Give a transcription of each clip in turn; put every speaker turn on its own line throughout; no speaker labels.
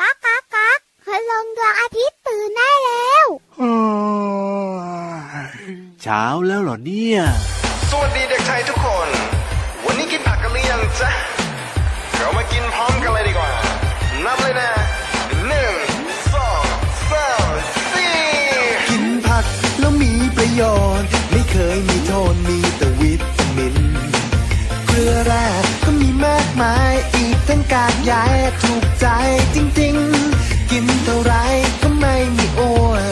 ก๊ากก๊ากก๊ากคืลงดวงอาทิตย์ตื่นได้แล้ว
เช้าแล้วเหรอเนี่ย
สวัสดีเด็กไทยทุกคน วันนี้กินผักกันหรือยังจ๊ะเรามากินพร้อมกันเลยดีกว่า นับเลยนะหนึ่งสองสามสี่
กินผักแล้วมีประโยชน์ ไม่เคยมีโทษมีแต่วิตามิน เกลือแร่ก็มีมากมายอีกทั้งกากใยถูกใจจริงๆ กินเท่าไรก็ไม่มีอ้วน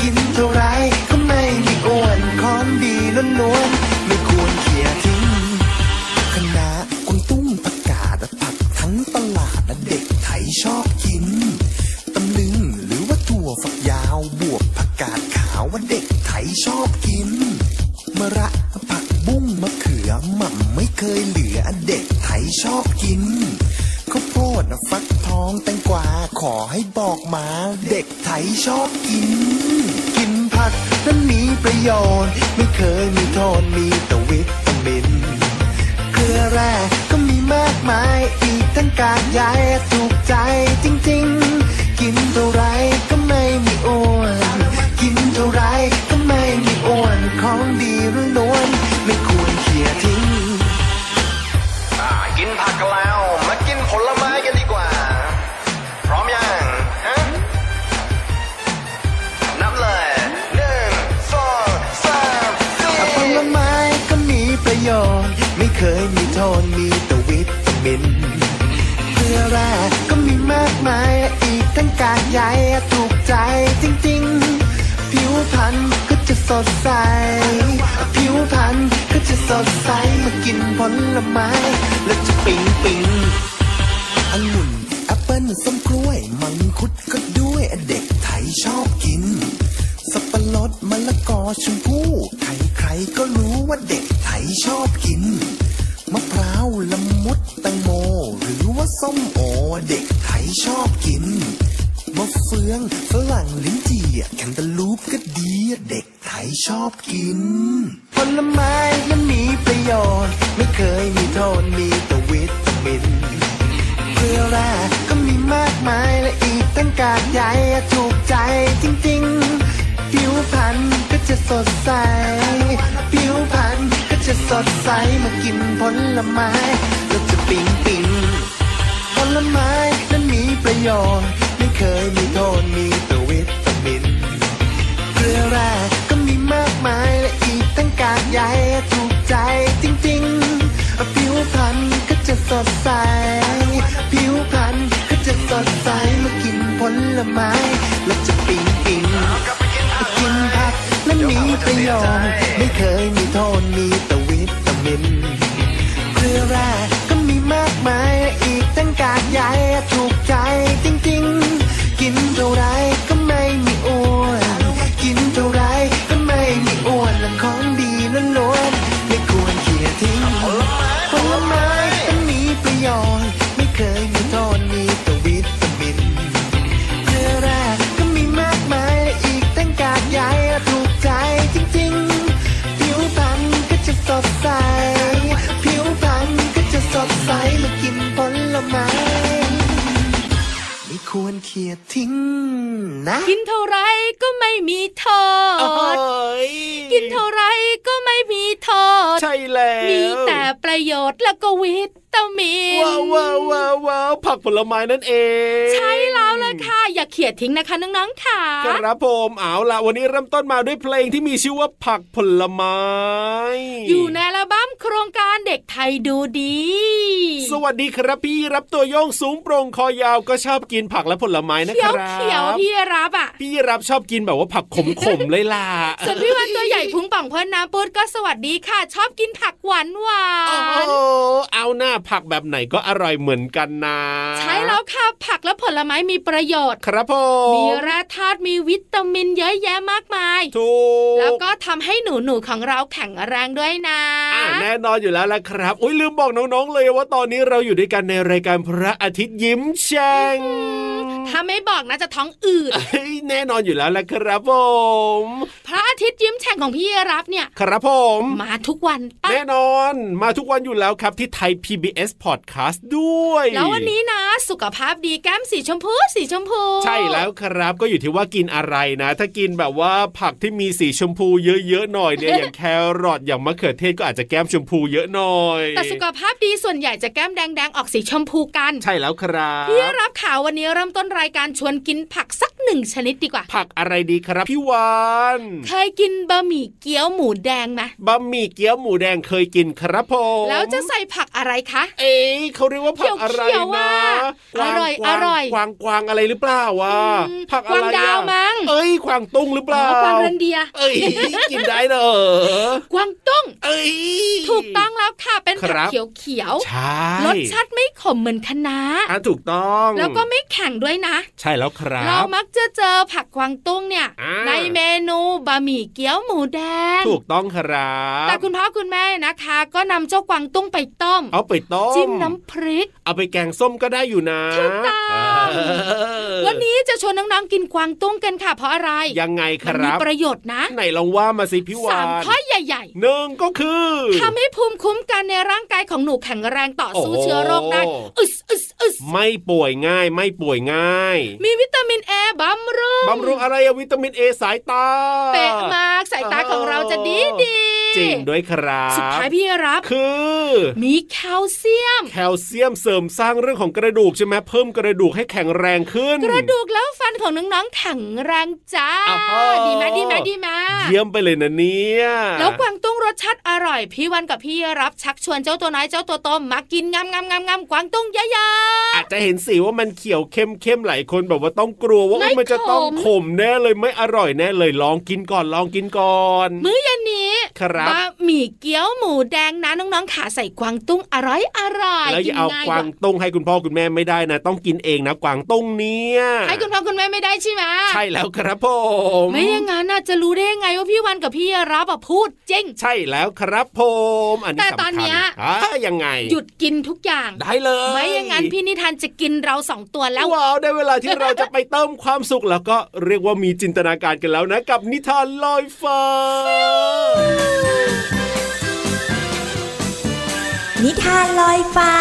กินเท่าไรก็ไม่มีอ้วนของดีล้วนๆไม่ควรเขี่ยทิ้ง คณะกวางตุ้งผักกาดผักทั้งตลาดเด็กไทยชอบกินตำลึงหรือว่าถั่วฝักยาวบวกผักกาดขาวว่าเด็กไทยชอบกินมะระผักบุ้งมะเขือหม่ำไม่เคยเหลือเด็กไทยชอบกินข้าวโพดฟักทองแตงกวาขอให้บอกมาเด็กไทยชอบกิน กินผักนั้นมีประโยชน์ไม่เคยมีโทษมีแต่วิตามิน เกลือแร่ก็มีมากมายอีกทั้งกากใยถูกใจจริงๆ กินเท่าไรก็ไม่มีอ้วน กินเท่าไรก็ไม่มีอ้วนของดีล้วนๆไม่ควรเขี่ยทิ้ง
อ่ากินผักกันแล้ว มากินผลไม้กันดีกว่า พร้อมยังฮะนับเลยหนึ่งสองสามสี่
ผลไม้ก็มีประโยชน์ไม่เคยมีโทษมีแต่วิตามินเกลือแร่ก็มีมากมายอีกทั้งกากใยถูกใจจริงๆ ผิวพรรณก็จะสดใส ผิวพรรณก็จะสดใสมากินผลไม้ แล้วจะปิ๊งปิ๊งองุ่นแอปเปิ้ลส้มกล้วย มังคุดก็ด้วยเด็กไทยชอบกิน สับปะรดมะละกอชมพู่ใครใครๆก็รู้ว่าเด็กไทยชอบกิน มะพร้าวละมุดแตงโม หรือว่าส้มโอเด็กไทยชอบกิน มะเฟืองฝรั่งลิ้นจี่แคนตาลูปก็ดีเด็กไทยชอบกิน ผลไม้ยังมีประโยชน์ ไม่เคยมีโทษมีแต่วิตามิน เกลือแร่ก็มีมากมายและอีกตั้งกากใยถูกใจจริงๆ ผิวพรรณก็จะสดใส ผิวพรรณก็จะสดใสมากินผลไม้แล้วจะปิ๊งปิ๊งผลไม้นั้นมีประโยชน์ ไม่เคยมีโทษมีแต่วิตามิน เกลือแร่ก็มีมากมายและอีกตั้งกากใยถูกใจจริงๆ ผิวพรรณก็จะสดใส ผิวพรรณก็จะสดใสเมื่อกินผลไม้แล้วจะปิ๊งปิ๊ง
กลับไปกินผัก
กินผักและมีประโยชน์ไม่เคยมีโทษมีแต่วิตามิน เกลือแร่ก็มีมากมายและอีกตั้งกากใยถูกใจจริงๆ กินเท่าไรก็ไม่มีอ้วน กินเท่าไรก็ไม่มีอ้วนและของดีล้วนๆไม่ควรเขี่ยทิ้งผลไม้ก็มีประโยชน์ไม่เคยมีโทษมีแต่วิตามิน เกลือแร่ก็มีมากมายและอีกตั้งกากใยถูกใจจริงๆ ผิวพรรณก็จะสดใส ผิวพรรณก็จะสดใสเมื่อกินผลไม้ไม่ควรเขียดทิ้งนะ
กินเท่าไรก็ไม่มีโทษ กินเท่าไรก็ไม่มีโทษ
ใช่แล้ว
มีแต่ประโยชน์แล้วก็วิตามิน
ว้าวว้าวว้าวว้าวผักผลไม้นั่นเอง
ใช่แล้วล่ะค่ะ อย่าเขียดทิ้งนะคะน้องๆค่ะ
ครับผมเอาล่ะวันนี้เริ่มต้นมาด้วยเพลงที่มีชื่อว่าผักผลไม้
อยู่ในอัลบั้มโครงการเด็กไทยดูดี
สวัสดีครับพี่รับตัวโยงสูงโปร่งคอยาวก็ชอบกินผักและผลไม้นะ
เขี
ค
ยว
รับ
เขียวๆพี่รับอ่ะ
พี่รับชอบกินแบบว่าผักขมๆเลยล่ะ
ส่วนพี่วันตัวใหญ่พุงป่องพอน้ำปูดก็สวัสดีค่ะ ชอบกินผักหวานหวา
โอ้โห
น
เอาหน้าผักแบบไหนก็อร่อยเหมือนกันนะ
ใช่แล้วค่ะผักและผลไม้มีป ประโยชน์
ครับผ
มี
ม
แร่ธาตุมีวิตามินเยอะแยะมากมาย
ถูก
แล้วก็ทำให้หนูหนูๆของเราแข็งแรงด้วยนะ
อ่าแน่นอนอยู่แล้วละครับอุ้ยลืมบอกน้องๆเลยว่าตอนนี้เราอยู่ด้วยกันในรายการพระอาทิตย์ยิ้มแฉ่ง
ถ้าไม่บอกนะจะท้องอืด
เฮ้ยแน่นอนอยู่แล้วละครับผม
พระอาทิตย์ยิ้มแฉ่งของพี่รับเนี่ย
ครับผม
มาทุกวันปะ
แน่นอนมาทุกวันอยู่แล้วครับที่ไทย PBS Podcast ด้วย
แล้ววันนี้นะ สุขภาพดีแก้มสีชมพูสีชมพู
ใช่แล้วครับก็อยู่ที่ว่ากินอะไรนะ ถ้ากินแบบว่าผักที่มีสีชมพูเยอะๆหน่อยเนี่ย อย่างแครอทอย่างมะเขือเทศก็อาจจะแก้มชมพูเยอะหน่อย
แต่สุขภาพดีส่วนใหญ่จะแก้มแดงๆออกสีชมพูกัน
ใช่แล้วครับ
พี่รับข่าววันนี้เริ่มต้นรายการชวนกินผักสักหนึ่งชนิดดีกว่า
ผักอะไรดีครับพี่วาน
เคยกินบะหมี่เกี๊ยวหมูแดงไหม
บะหมี่เกี๊ยวหมูแดงเคยกินครับผม
แล้วจะใส่ผักอะไรคะ
เอ๊ะเขาเรียกว่าผักอะไร
เขียวๆ
นะก
ว่ะ
วาง
อร่อย
กวาง
อร่อย
กวางกวางอะไรหรือเปล่าวะ
อืม
ผักอะไร
กวางดาว
อะ
มั้ง
เอ้ยกวางตุ้งหรือเป
อ๋อ
ล่า
กวางเรนเดียร์
เอ้ย กินได้เหรอก
วางตุ้ง
เอ้ย
ถูกต้องแล้วค่ะเป็นผั
ค
ก
รับ
เขียว
ใช่
ๆรสชาติไม่ขมเหมือนคะน้า
อ่ะถูกต้อง
แล้วก็ไม่แข็งด้วยนะ
ใช่แล้วครั
เรา
บ
มักจะเจอผักกวางตุ้งเนี่ย
อ่า
ในเมนูบะหมี่เกี๊ยวหมูแดง
ถูกต้องครับ
แต่คุณพ่อคุณแม่นะคะ ก็นำเจ้ากวางตุ้งไปต้ม
เอาไปต้ม
จิ้มน้ำพริก
เอาไปแกงส้มก็ได้อยู่นะ
ถูกต้อง
เออ
วันนี้จะชวนน้องๆกินกวางตุ้งกันค่ะ เพราะอะไร
ยังไงค
มันมี
รับ
ประโยชน์นะ
ไหนลองว่ามาสิพี่วา
สาม
น
ข้อใหญ่
หนึ่งก็คือ
ๆทำให้ภูมิคุ้มกันในร่างกายของหนูแข็งแรงต่อสู้
โอ้โห
เชื้อโรคได้อึสอึสอึส
ไม่ป่วยง่ายไม่ป่วยง่าย
มีวิตามินเอบำรุง
บำรุงอะไรอะวิตามินเอสายตา
เป๊ะมากสายตาของเราจะดีดีๆ
จริงด้วยครับ
สุดท้ายพี่รับ
คือ
มีแคลเซียม
แคลเซียมเสริมสร้างเรื่องของกระดูกใช่ไหมเพิ่มกระดูกให้แข็งแรงขึ้น
กระดูกแล้วฟันของน้องๆแข็งแรงจ้า
อ่าฮะ
ดีไหมดีไหมดีไหม
เยี่ยมไปเลยนะเนี่ย
แล้วกวางตุ้งรสชาติอร่อย พี่วันกับพี่รับชักชวนเจ้าตัวน้อยเจ้าตัวโตมากินงามงามงามงามกวางตุ้งเยอะ
อาจจะเห็นสีว่ามันเขียวเข้มเข้มๆหลายคนแบบว่าต้องกลัวว่าอุ๊ยมันจะต้องขมแน่เลยไม่อร่อยแน่เลยลองกินก่อนลองกินก่อน
ๆมื้อเย็นนี้
ครับ
บะหมี่เกี๊ยวหมูแดงนะน้องๆขาใส่กวางตุ้งอร่อยอร่อย
แล้วอย่าเอากวางตุ้งให้คุณพ่อคุณแม่ไม่ได้นะ ต้องกินเองนะกวางตุ้งเนี่ย
ด้วยให้คุณพ่อคุณแม่ไม่ได้ใช่ไหม
ใช่แล้วครับผม
ไม่อย่างนั้นน่ะจะรู้ได้ยังไงว่าพี่วันกับพี่รับอะพูดจริง
ใช่แล้วครับผมอันนี้
แต่
สำคัญ
ตอนเนี้ย
อ่ายังไง
หยุดกินทุกอย่าง
ได้เลย
ไม่อย่างนั้นพี่นิทานจะกินเราสองตัวแล้ว
ว้าวได้เวลาที่เราจะไปเติมความสุขแล้วก็เรียกว่ามีจินตนาการกันแล้วนะ กับนิทานลอยฟ้า
นิทานลอยฟ้า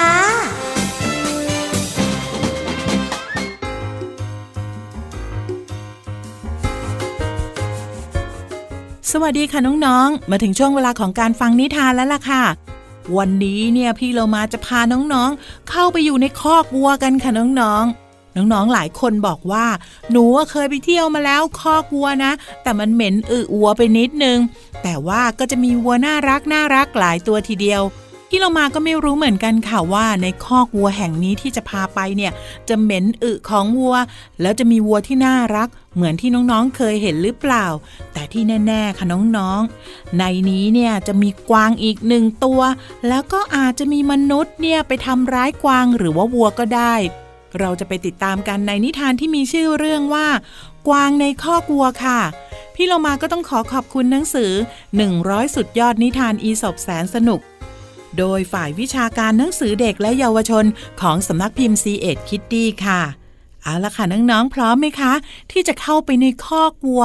สวัสดีค่ะน้องๆ มาถึงช่วงเวลาของการฟังนิทานแล้วล่ะค่ะ วันนี้เนี่ยพี่เรามาจะพาน้องๆ เข้าไปอยู่ในคอกวัวกันค่ะน้องๆ น้องๆ หลายคนบอกว่า หนูอะเคยไปเที่ยวมาแล้วคอกวัวนะ แต่มันเหม็นอึอัวไปนิดนึง แต่ว่าก็จะมีวัวน่ารักน่ารักหลายตัวทีเดียว พี่เรามาก็ไม่รู้เหมือนกันค่ะว่าในคอกวัวแห่งนี้ที่จะพาไปเนี่ยจะเหม็นอึของวัว แล้วจะมีวัวที่น่ารัก เหมือนที่น้องๆเคยเห็นหรือเปล่า แต่ที่แน่ๆค่ะน้องๆ ในนี้เนี่ยจะมีกวางอีกหนึ่งตัว แล้วก็อาจจะมีมนุษย์เนี่ยไปทำร้ายกวางหรือว่าวัวก็ได้ เราจะไปติดตามกันในนิทานที่มีชื่อเรื่องว่า กวางในคอกวัวค่ะ พี่เรามาก็ต้องขอขอบคุณหนังสือ 100 สุดยอดนิทานอีสบแสนสนุก โดยฝ่ายวิชาการหนังสือเด็กและเยาวชนของสำนักพิมพ์ C ีเอ็ดคิตตี้ค่ะ เอาละค่ะ น้อง ๆ พร้อมไหมคะ ที่จะเข้าไปในคอกวัว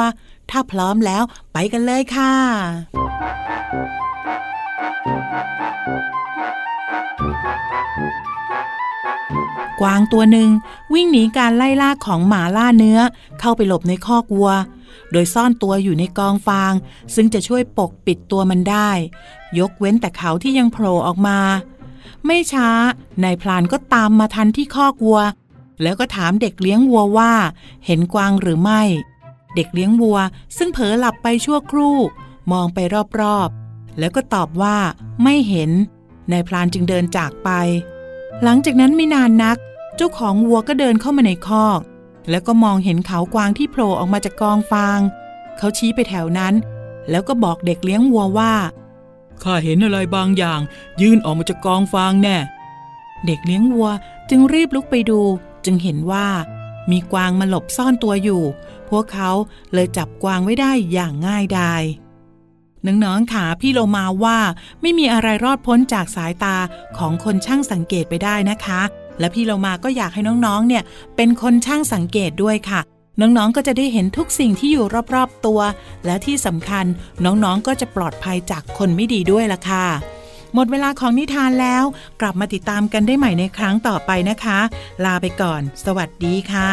ถ้าพร้อมแล้วไปกันเลยค่ะ กวางตัวหนึ่งวิ่งหนีการไล่ล่าของหมาล่าเนื้อ เข้าไปหลบในคอกวัว โดยซ่อนตัวอยู่ในกองฟาง ซึ่งจะช่วยปกปิดตัวมันได้ ยกเว้นแต่เขาที่ยังโผล่ออกมา ไม่ช้านายพลานก็ตามมาทันที่คอกวัว แล้วก็ถามเด็กเลี้ยงวัวว่า เห็นกวางหรือไม่ เด็กเลี้ยงวัว ซึ่งเผลอหลับไปชั่วครู่ มองไปรอบๆ แล้วก็ตอบว่า ไม่เห็นนายพลานจึงเดินจากไป หลังจากนั้นไม่นานนัก เจ้าของวัวก็เดินเข้ามาในคอก แล้วก็มองเห็นเขากวางที่โผล่ออกมาจากกองฟาง เขาชี้ไปแถวนั้น แล้วก็บอกเด็กเลี้ยงวัวว่า ข้าเห็นอะไรบางอย่าง ยื่นออกมาจากกองฟางแน่ เด็กเลี้ยงวัวจึงรีบลุกไปดู จึงเห็นว่า มีกวางมาหลบซ่อนตัวอยู่ พวกเขาเลยจับกวางไว้ได้อย่างง่ายดาย น้องๆค่ะพี่โลมาว่าไม่มีอะไรรอดพ้นจากสายตาของคนช่างสังเกตไปได้นะคะ และพี่โลมาก็อยากให้น้องๆ เนี่ยเป็นคนช่างสังเกตด้วยค่ะ น้องๆ ก็จะได้เห็นทุกสิ่งที่อยู่รอบๆตัว และที่สำคัญน้องๆ ก็จะปลอดภัยจากคนไม่ดีด้วยล่ะค่ะ หมดเวลาของนิทานแล้ว กลับมาติดตามกันได้ใหม่ในครั้งต่อไปนะคะ ลาไปก่อน สวัสดีค่ะ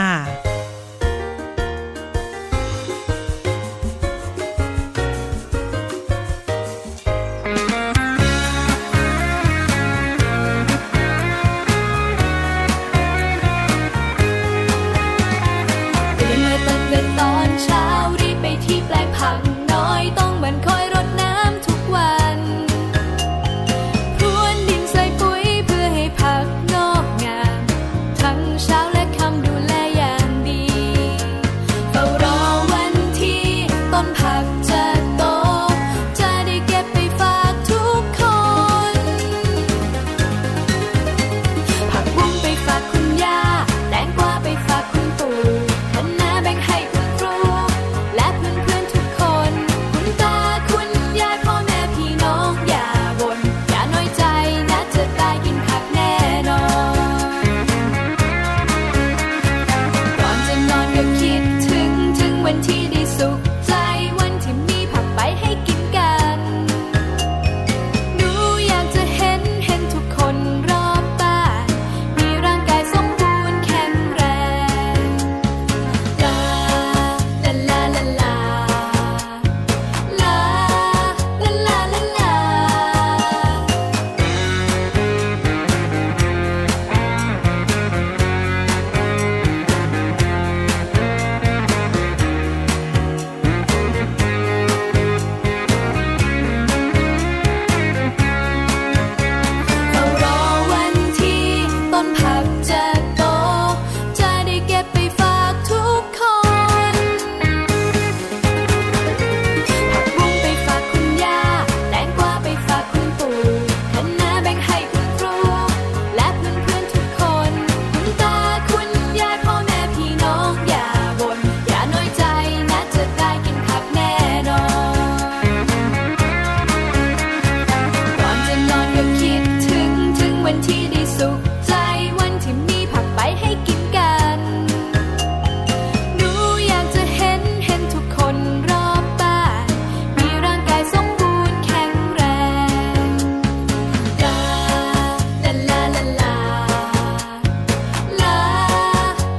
ตื่นมาตั้งแต่ตอนเช้ารีบไปที่แปลงผักน้อยต้องหมันคอยรดน้ำทุกวันพรวนดินใส่ปุ๋ยเพื่อให้ผักงอกงาม ทั้งเช้าและค่ำดูแลอย่างดีเฝ้ารอวันที่ต้นผักจะโต จะได้เก็บไปฝากทุกคน ผักบุ้งไปฝากคุณย่า แตงกวาไปฝากคุณปู่คะน้าแบ่งให้คุณครู และเพื่อนๆทุกคน คุณตาคุณยายพ่อแม่พี่น้องอย่าบ่นอย่าน้อยใจนะจะตายกินผักแน่นอน ก่อนจะนอนก็คิดถึงถึงวันที่ได้สุขใจวันที่มีผักไปให้กินกัน หนูอยากจะเห็นเห็นทุกคนรอบบ้านมีร่างกายสมบูรณ์แข็งแรง ลา ลา ลา ลา ลา ลา ลา ลา ลา ลา เฝ้ารอวันที่ต้นผักจะโต จะได้เก็บไปฝากทุกคน ผักบุ้งไปฝากคุณย่า แตงกวาไปฝากคุณปู่คะน้าแบ่งให้คุณครู และเพื่อนๆทุกคน คุณตาคุณยายพ่อแม่พี่น้องอย่าบ่นอย่าน้อยใจนะจะได้กินผักแน่นอน ก่อนจะนอนก็คิดถึงถึงวันที่ได้สุขใจวันที่มีผักไปให้กินกัน หนูอยากจะเห็นเห็นทุกคนรอบบ้านมีร่างกายสมบูรณ์แข็งแรง ลา ลา ลา ลา ลา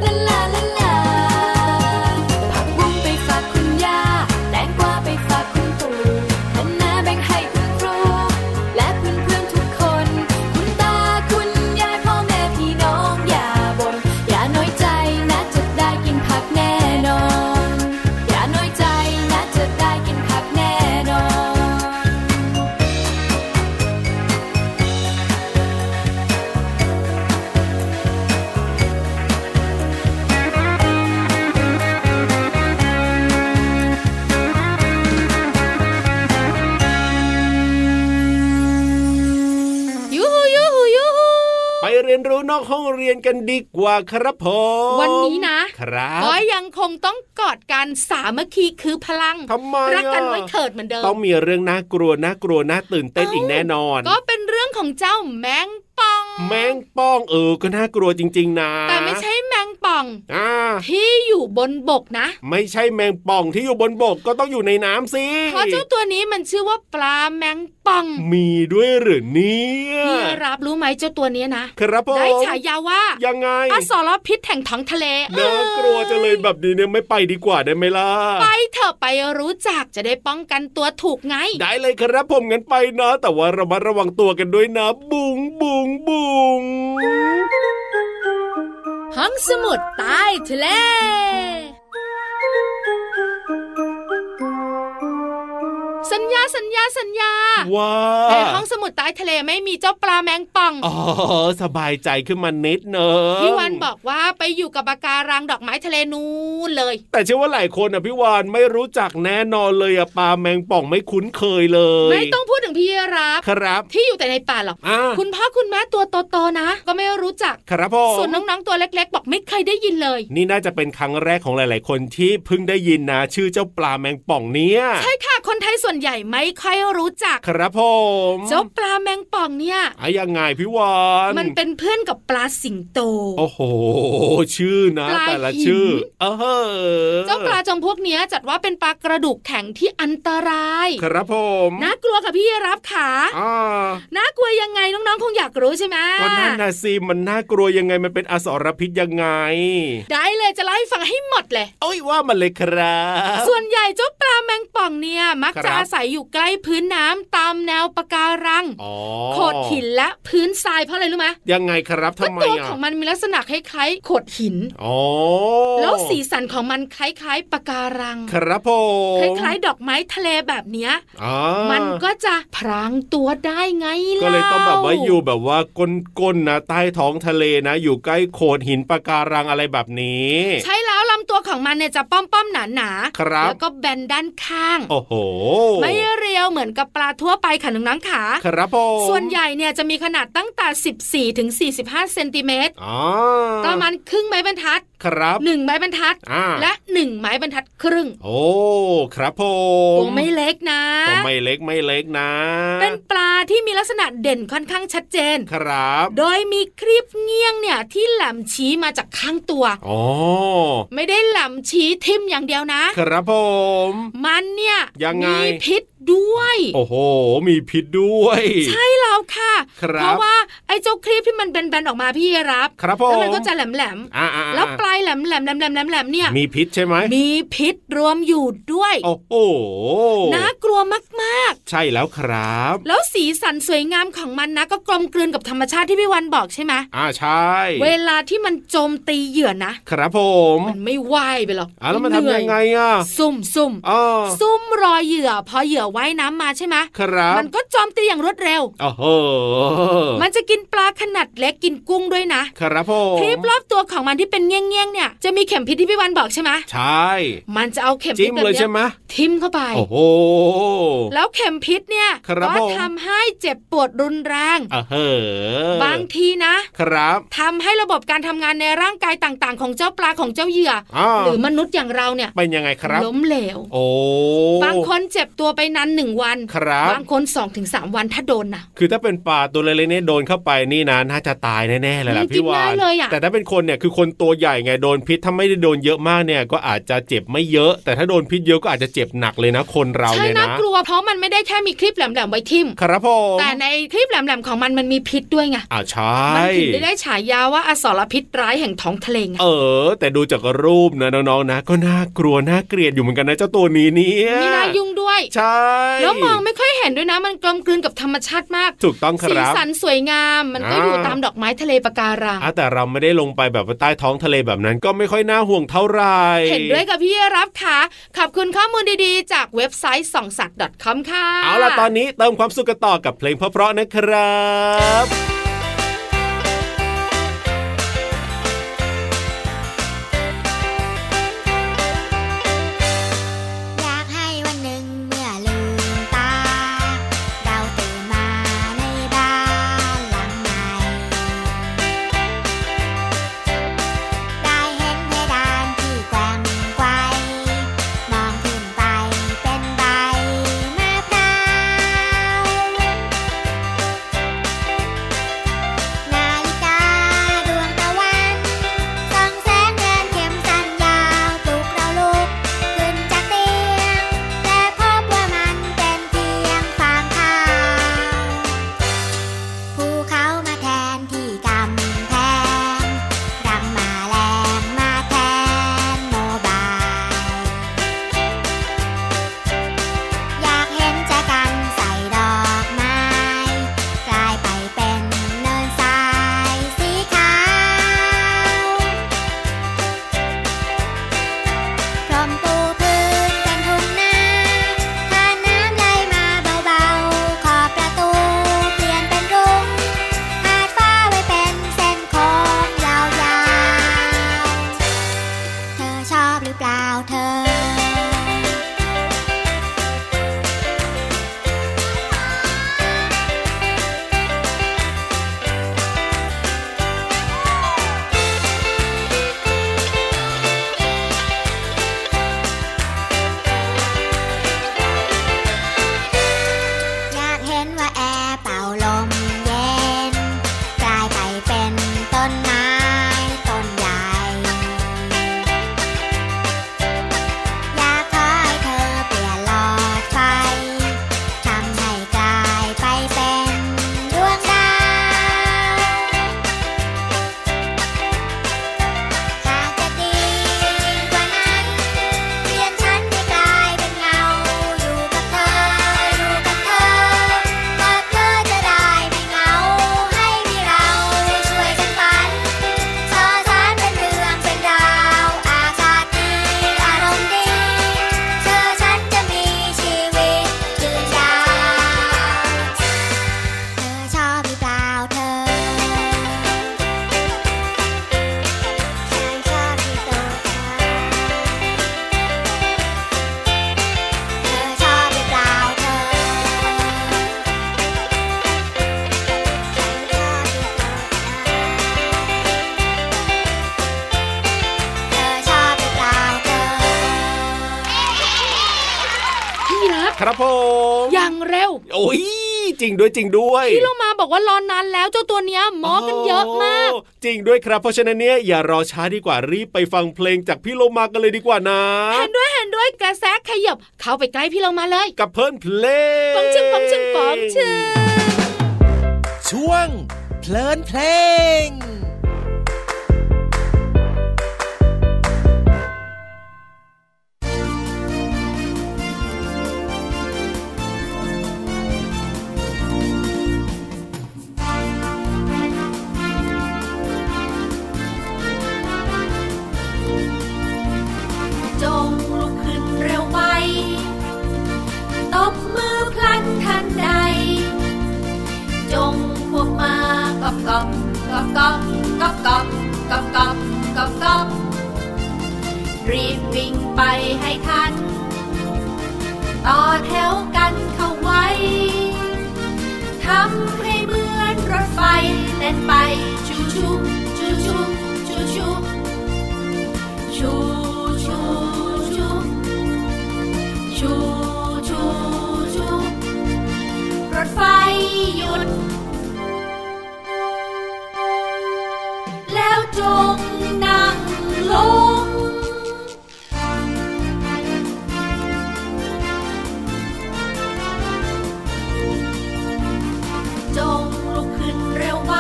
ลา ลา ลา ลา ลา ผักบุ้งไปฝากคุณย่า แตงกวาไปฝากคุณปู่คะน้าแบ่งให้คุณครู และเพื่อนๆทุกคน คุณตาคุณยายพ่อแม่พี่น้องอย่าบ่นอย่าน้อยใจนะจะได้กินผักแน่นอน อย่าน้อยใจนะจะได้กินผักแน่นอน
ยูฮูยูฮูยูฮู
ไปเรียนรู้นอกห้องเรียนกันดีกว่าครับผม
วันนี้นะครับ ก็ยังคงต้องกอดกันสามัคคีคือพลัง
ทำไมอะ
รักกันไว้เถิดเหมือนเดิม
ต้องมีเรื่องน่ากลัวน่ากลัวน่าตื่นเต้น
เอ้า
อีกแน่นอน
ก็เป็นเรื่องของเจ้าแมงป่อง
แมงป้องเออก็น่ากลัวจริง ๆ นะ
แต่ไม่ใช่แมงป่อง
อ่า
ที่อยู่บนบกนะ
ไม่ใช่แมงป่องที่อยู่บนบกก็ต้องอยู่ในน้ำสิ
เพราะเจ้าตัวนี้มันชื่อว่าปลาแมงป่อง
มีด้วยหรือเนี่ย
พี่รับรู้ไหมเจ้าตัวเนี้ยนะ
ครับผม
ได้ฉายาว่า
ยังไง
อสรพิษแห่งท้องทะเล
น่ากลัวจะเลยแบบนี้เนี่ยไม่ไปดีกว่าได้ไหมล่ะ
ไปเถอะไปรู้จักจะได้ป้องกันตัวถูกไง
ได้เลยครับผมงั้นไปนะ แต่ว่าระมัดระวังตัวกันด้วยนะ บุงบุงบุง
ห้องสมุดใต้ทะเล สัญญา สัญญาสัญญา
ว้า
ในห้องสมุดใต้ทะเลไม่มีเจ้าปลาแมงป่อง
อ๋อสบายใจขึ้นมานิดเนอะ
พี่วันบอกว่าไปอยู่กับปะการังดอกไม้ทะเลนู้นเลย
แต่เชื่อว่าหลายคนอ่ะพี่วานไม่รู้จักแน่นอนเลยอะปลาแมงป่องไม่คุ้นเคยเลย
ไม่ต้องพูดถึงพี่รับ
ครับ
ที่อยู่แต่ในป่าหรอก
อ่า
คุณพ่อคุณแม่ตัวโตๆนะ ก็ไม่รู้จัก
ครับพ่อ
ส่วนน้องๆตัวเล็ก ๆ บอกไม่เคยได้ยินเลย
นี่น่าจะเป็นครั้งแรกของหลาย ๆ คนที่เพิ่งได้ยินนะ ชื่อเจ้าปลาแมงป่องเนี้ย
ใช่ค่ะคนไทยส่วนใหญ่ไม่ค่อยรู้จัก
ครับผม
เจ้าปลาแมงป่องเนี่ย
อะยังไงพี่วาน
มันเป็นเพื่อนกับปลาสิงโต
โอ้โห ชื่อนะ
ปลา
แต่ละ
หิน
ชื่อ เออ
เจ้าปลาจอมพวกเนี้ยจัดว่าเป็นปลากระดูกแข็งที่อันตราย
ครับผม
น่ากลัวค่ะพี่รับขา
อ่า
น่ากลัวยังไงน้องๆคงอยากรู้ใช่ไหม
ก็นั่นนะสิมันน่ากลัวยังไงมันเป็นอสรพิษยังไง
ได้เลยจะเล่าให้ฟังให้หมดเลย
เอ้ยว่ามันเลยครับ
ส่วนใหญ่เจ้าปลาแมงป่องเนี่ย มัก
ครับ
จะอาศัยอยู่ใกล้พื้นน้ำตามแนวปะการัง
อ๋อ
โขดหินและพื้นทรายเพราะอะไรรู้ไหม
ยังไงครับ
ก็
ทำไม
ตัว
อ่ะ
ของมันมีลักษณะคล้ายๆโขดหิน
อ๋อ
แล้วสีสันของมันคล้ายๆปะการัง
ครับผม
คล้ายๆ ดอกไม้ทะเลแบบเนี้ย
อ่า
มันก็จะพรางตัวได้ไง
ก็เลยต้องแบบว่าอยู่แบบว่าก้นๆนะใต้ท้องทะเลนะ อยู่ใกล้โขดหินปะการังอะไรแบบนี้
ใช่แล้วลำตัวของมันเนี่ยจะป้อมๆหนาๆ
ครับ
แล้วก็แบนด้านข้าง
โอ้โห
ไม่เรียวเหมือนกับปลาทั่วไปค่ะน้องๆขา
ครับผม
ส่วนใหญ่เนี่ยจะมีขนาดตั้งแต่ 14 ถึง 45 เซนติเมตร
อ๋อ
ประมาณครึ่งไม้บรรทัด
ครับ
1 ไม้บรรทัด
อ่า
และ 1 ไม้บรรทัดครึ่ง
โอ้ครับผ
ตั
ม
วไม่เล็กนะ
ก็ไม่เล็กไม่เล็กนะ
เป็นปลาที่มีลักษณะเด่นค่อนข้างชัดเจน
ครับ
โดยมีครีบเงี้ยงเนี่ยที่แหลมชี้มาจากข้างตัว
อ๋อ
ไม่ได้แหลมชี้ทิ่มอย่างเดียวนะ
ครับผม
มันเนี่ย
ยังไง
มีพิษด้วย
โอ้โห มีพิษด้วย
ใช่แล้วค่ะ
ครับ
เพราะว่าไอ้เจ้าครีบที่มันแบนๆออกมาพี่รับ
ครับผ
แล้ว
ม
มันก็จะแหลมๆ
อ่าๆๆ
แล้วปลายแหลมแหลมแหลมแหลมแหลมแหลมเนี่ย
มีพิษใช่ไหม
มีพิษรวมอยู่ด้วย
โอ้โห
น่ากลัวมาก
ใช่แล้วครับ
ๆ แล้วสีสันสวยงามของมันนะ ก็กลมกลืนกับธรรมชาติที่พี่วันบอกใช่ไหม
อ่าใช่
เวลาที่มันโจมตีเหยื่อนะ
ครับผม
มันไม่ว่ายไปหรอก
อ่าแล้วมัน
เห
ทำ
อ
ยังไงอ่ะ
ซุ่มซุ่ม
อ๋อ
ซุ่มรอเหยื่อ พอเหยื่อว่ายน้ำมาใช่ไหม
ครับ
มันก็โจมตีอย่างรวดเร็ว
โอ้โห
มันจะกินปลาขนาดเล็กกินกุ้งด้วยนะครับ
ผม
คลิปรอบตัวของมันที่เป็นเงี้ยงๆเนี่ยจะมีเข็มพิษที่พี่วันบอกใช่ไหม
ใช่
มันจะเอาเข็มพิษ
จิ้ม
แบบ
เลย
เนี้
ใช่
ย
ไหม
ทิ่มเข้าไป
โอ้โห
แล้วเข็มพิษเนี่ย
ครับ
ก็
ผม
ทำให้เจ็บปวดรุนแรง
อ่าเหอะ
บางทีนะครับ ทำให้ระบบการทำงานในร่างกายต่างๆ ของเจ้าปลาของเจ้าเหยื่ออา หรือมนุษย์อย่างเราเนี่ย
เป็นยังไงครับ
ล้มเหลว
โอ้
บางคนเจ็บตัวไปนานหนึ่งวัน
ครับ
งคน2อถึงสวันถ้าโดนนะ
คือถ้าเป็นปลาตัวเล็กๆเนี่ยโดนเข้าไปนี่นะน่าจะตายแน่ๆเลยล่ะ
ไม่กิน
พี่วา
ได้
น
เลยอะ
แต่ถ้าเป็นคนเนี่ยคือคนตัวใหญ่ไงโดนพิษถ้าไม่ได้โดนเยอะมากเนี่ยก็อาจจะเจ็บไม่เยอะ แต่ถ้าโดนพิษเยอะก็อาจจะเจ็บหนักเลยนะคนเรา
ใช่
เนี่ย
น่า
นะ
กลัวเพราะมันไม่ได้แค่มีคลิปแหลมๆไว้ทิ่ม
ครับผม
แต่ในคลิปแหลมๆของมันมันมีพิษด้วยไง
อ่าใช่
มัถึงได้ได้ฉายาว่าอสรพิษร้ายแห่งท้องทะเลไง
เออ แต่ดูจากรูปนะน้องๆนะ ก็น่ากลัวน่าเกลียดอยู่เหมือนกันนะเจ้าตัวนี้เนี่ย
ไม่น่ายุ่งด้วย
ใช่
แล้วมองไม่ค่อยเห็นด้วยนะ มันกลมกลืนกับธรรมชาติมาก
ถูกต้องค
สี
รับ
สันสวยงาม มันก็
อ่า
อยู่ตามดอกไม้ทะเลปะการัง
อ่ะแต่เราไม่ได้ลงไปแบบว่าใต้ท้องทะเลแบบนั้น ก็ไม่ค่อยน่าห่วงเท่าไหร่
เห็นด้วยกับพี่รับค่ะ ขอบคุณข้อมูลดีๆ จากเว็บไซต์ส่องสัตว์ .com ค่ะ
เอาล่ะตอนนี้เติมความสุขกันต่อกับเพลงเพราะๆนะครับ
อยากให้วันหนึ่งเมื่อลืมตา เราตื่นมาในบ้านหลังใหม่ ได้เห็นเพดานที่แกว่งไกวมองขึ้นไปเป็นใบมะพร้าว
ครับผม
อย่างเร็ว
โอ้ยจริงด้วยจริงด้วย
พี่โลมาบอกว่ารอนนานแล้วเจ้าตัวเนี้ยหมอกันเยอะมาก
โอ้จริงด้วยครับเพราะฉะนั้นเนี่ยอย่ารอช้าดีกว่ารีบไปฟังเพลงจากพี่โลมากันเลยดีกว่านะ
เห็นด้วยเห็นด้วยกระแซะขยับ เข้าไปใกล้พี่โลมาเลย
กับเพิ่นเพลง
ปองชึงปองชึงปองชึง
ช่วง เพลินเพลง
จงลุกขึ้นเร็วไวตบมือพลันทันใด จงพวกมากอบกอบกอบกอบกอบกอบกอบกอบกอบกอบรีบวิ่งไปให้ทัน ต่อแถวกันเข้าไว้ทำให้เหมือนรถไฟแล่นไปชูชูชูชูชูชู ชูชูชูชูชูชูรถไฟหยุด แล้วจงนั่งลง จงลุกขึ้นเร็วไว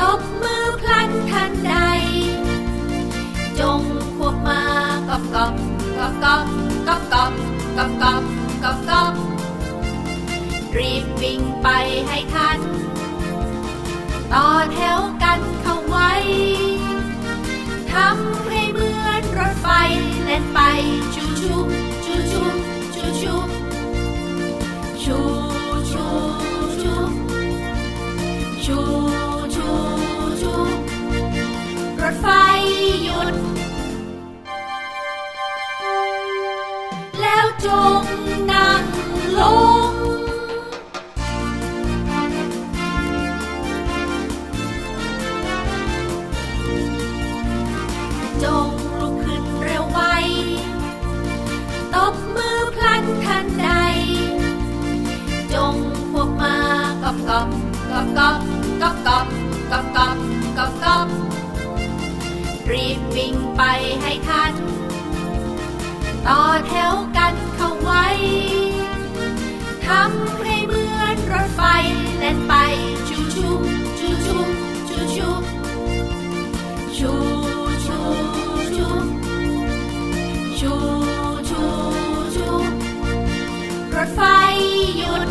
ตบมือพลันทันใด จงควบมากอบกอบกอบกอบกอบกอบกอบกอบกอบกอบรีบวิ่งไปให้ทัน ต่อแถวกันเข้าไว้ทำให้เหมือนรถไฟเล่นไปชูชูชูชูชูชูชูชูชูชูชูชูรถไฟหยุด แล้วจงนั่งลง จงลุกขึ้นเร็วไวตบมือพลันทันใด จงพวกมากอบกอบกอบกอบกอบกอบกอบกอบกอบกอบรีบวิ่งไปให้ทัน ต่อแถวกันเข้าไว้ทำให้เหมือนรถไฟแล่นไปชูชูชูชูชูชูชูชูชูชูชูชูรถไฟหยุด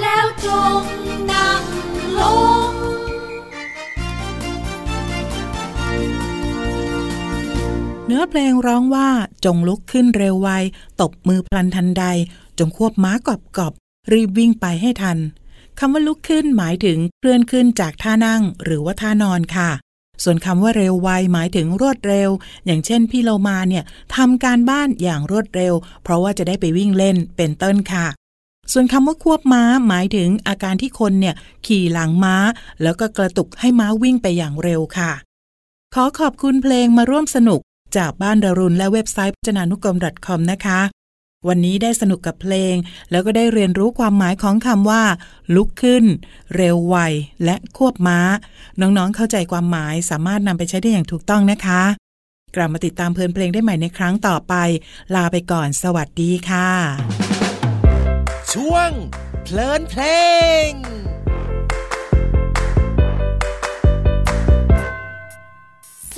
แล้วจงนั่งลง
เนื้อเพลงร้องว่าจงลุกขึ้นเร็วไวตบมือพลันทันใด จงควบม้ากอบกอบรีบวิ่งไปให้ทันคำว่าลุกขึ้นหมายถึงเคลื่อนขึ้นจากท่านั่งหรือว่าท่านอนค่ะ ส่วนคำว่าเร็วไวหมายถึงรวดเร็ว อย่างเช่นพี่โลมาเนี่ยทำการบ้านอย่างรวดเร็ว เพราะว่าจะได้ไปวิ่งเล่นเป็นต้นค่ะ ส่วนคำว่าควบม้าหมายถึงอาการที่คนเนี่ยขี่หลังม้า แล้วก็กระตุกให้ม้าวิ่งไปอย่างเร็วค่ะ ขอขอบคุณเพลงมาร่วมสนุกจากบ้านดารุณและเว็บไซต์พจนานุกรม .com นะคะ วันนี้ได้สนุกกับเพลง แล้วก็ได้เรียนรู้ความหมายของคำว่า ลุกขึ้น เร็วไวและควบม้า น้องๆเข้าใจความหมายสามารถนำไปใช้ได้อย่างถูกต้องนะคะ กลับมาติดตามเพลินเพลงได้ใหม่ในครั้งต่อไป ลาไปก่อน สวัสดีค่ะ
ช่วง เพลินเพลง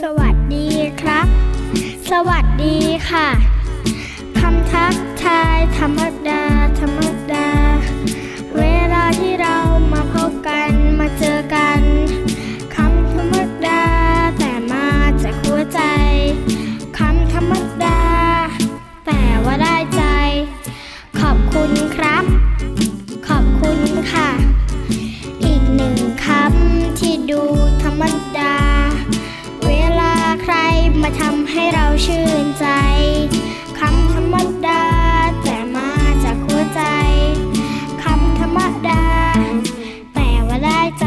สวัสดีครับ สวัสดีค่ะ คำทักทายธรรมดา ธรรมดา เวลาที่เรามาพบกันมาเจอกัน คำธรรมดา แต่มาจากหัวใจ คำธรรมดา แต่ว่าได้ใจ ขอบคุณครับ ขอบคุณค่ะ อีกหนึ่งคำที่ดูธรรมดา เวลาใครมาทำให้เราชื่นใจ คำธรรมดา แต่มาจากหัวใจ คำธรรมดา แต่ว่าได้ใจ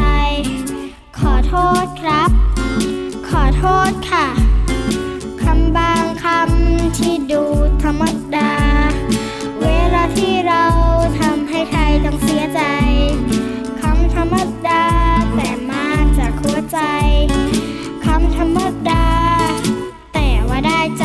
ขอโทษครับ ขอโทษค่ะ คำบางค ธรรมดา เวลาที่เราทำให้ใครต้องเสียใจคำธรรมดาแต่มาจากหัวใจคำธรรมดา แต่ว่าได้ใจ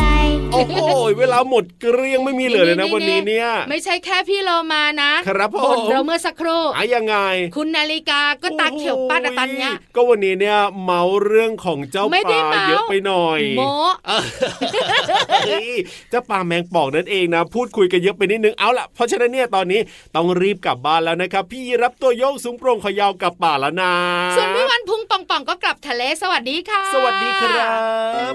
โอ้โหเวลาหมดเกลี้ยงไม่มีเหลือเลยนะวันนี้เนี่ย
ไม่ใช่แค่พี่โลมานะครับ
ผม
นเราเมื่อสักครู่
อะยังไง
คุณนาฬิกาก็ตาเขียวปัดอะตอนเนี้ย
โยก็วันนี้เนี่ยเมาเรื่องของเจ้า
ไม่
ป
ได้
ลา
เมา
เยอะไปหน่อย
โม้
เออเฮ้ยเจ้าปลาแมงป่องนั่นเองนะ พูดคุยกันเยอะไปนิดนึงเอาล่ะเพราะฉะนั้นเนี่ยตอนนี้ต้องรีบกลับบ้านแล้วนะครับ พี่รับตัวโยกสูงโปร่งขอยาวกลับป่าแล้วนะ
ส่วนพี่วันพุงป่องป่องๆก็กลับทะเลสวัสดีค่ะ
สวัสดีครับ